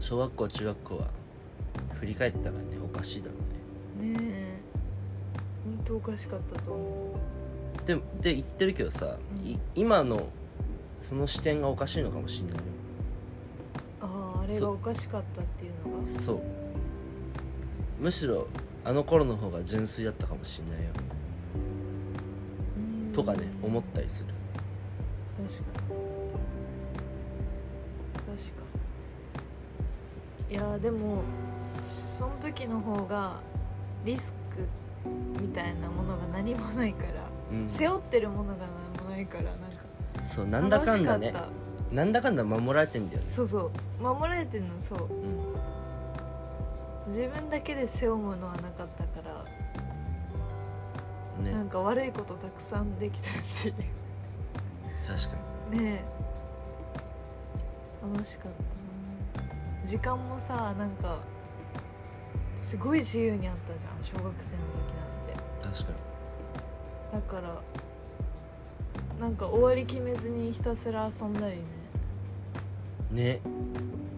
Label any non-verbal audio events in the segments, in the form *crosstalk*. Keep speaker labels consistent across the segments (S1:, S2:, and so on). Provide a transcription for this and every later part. S1: 小学校中学校は振り返ったらねおかしいだろうね
S2: ねえほんとおかしかったと思
S1: でもで言ってるけどさ、
S2: うん
S1: い今のその視点がおかしいのかもしんないよ
S2: うあああれがおかしかったっていうのが
S1: そうむしろあの頃の方が純粋だったかもしんないよ
S2: うん
S1: とかね思ったりする
S2: 確かに確かにいやーでもその時の方がリスクみたいなものが何もないから、
S1: うん
S2: 背負ってるものが何もないからなんか
S1: そうなんだかんだね
S2: 楽しかっ
S1: なんだかんだ守られてんだよね
S2: たそうそう守られてるのそう
S1: うん
S2: 自分だけで背負うものはなかったから、
S1: ね
S2: なんか悪いことたくさんできたしね
S1: 確か
S2: え楽しかったな時間もさなんかすごい自由にあったじゃん小学生の時なんて
S1: に確かに
S2: だからなんか終わり決めずにひたすら遊んだりね
S1: ね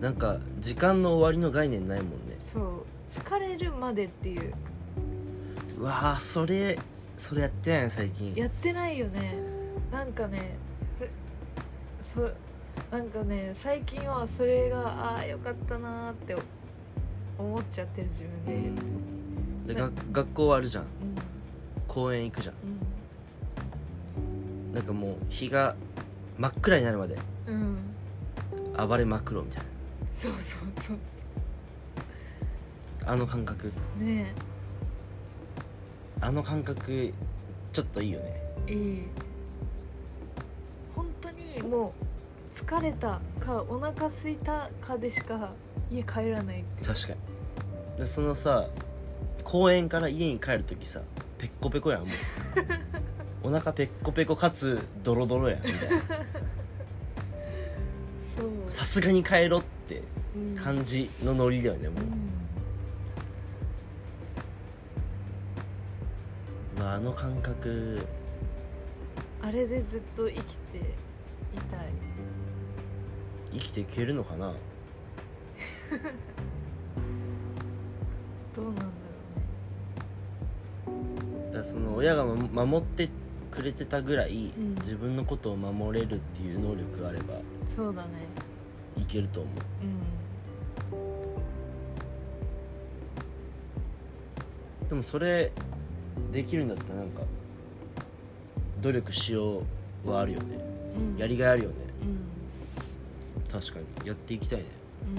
S1: なんか時間の終わりの概念ないもんね
S2: そう疲れるまでっていう
S1: うわーそれそれやってないね最近
S2: やってないよねなんかねふそなんかね最近はそれがああーよかったなーって思っちゃってる自分で
S1: で
S2: いる
S1: が学校あるじゃん
S2: うん
S1: 公園行くじゃ
S2: うん
S1: なんかもう日が真っ暗になるまで
S2: んうん
S1: 暴れまくろうみたい
S2: そうそうそう
S1: なあの感覚
S2: ね
S1: あの感覚ちょっといいよね
S2: えいい本当にもう疲れたかお腹空いたかでしか家帰らないって
S1: 確かにでそのさ公園から家に帰る時さペッコペコやんも *laughs* うお腹ペッコペコかつドロドロやんみたいな
S2: そう、
S1: さすがに帰ろって
S2: うん
S1: 感じのノリだよねも
S2: う
S1: うんうわあの感覚
S2: あれでずっと生きていたい
S1: 生きていけるのかな
S2: どうなんだろうね
S1: だからその親がま守ってくれてたぐらい、
S2: うん
S1: 自分のことを守れるっていう能力があれば
S2: そうだね
S1: いけると思う
S2: うん
S1: でもそれできるんだったらなんか努力しようはあるよね
S2: うん
S1: やりがいあるよね
S2: うん
S1: 確かにやっていきたいね
S2: うん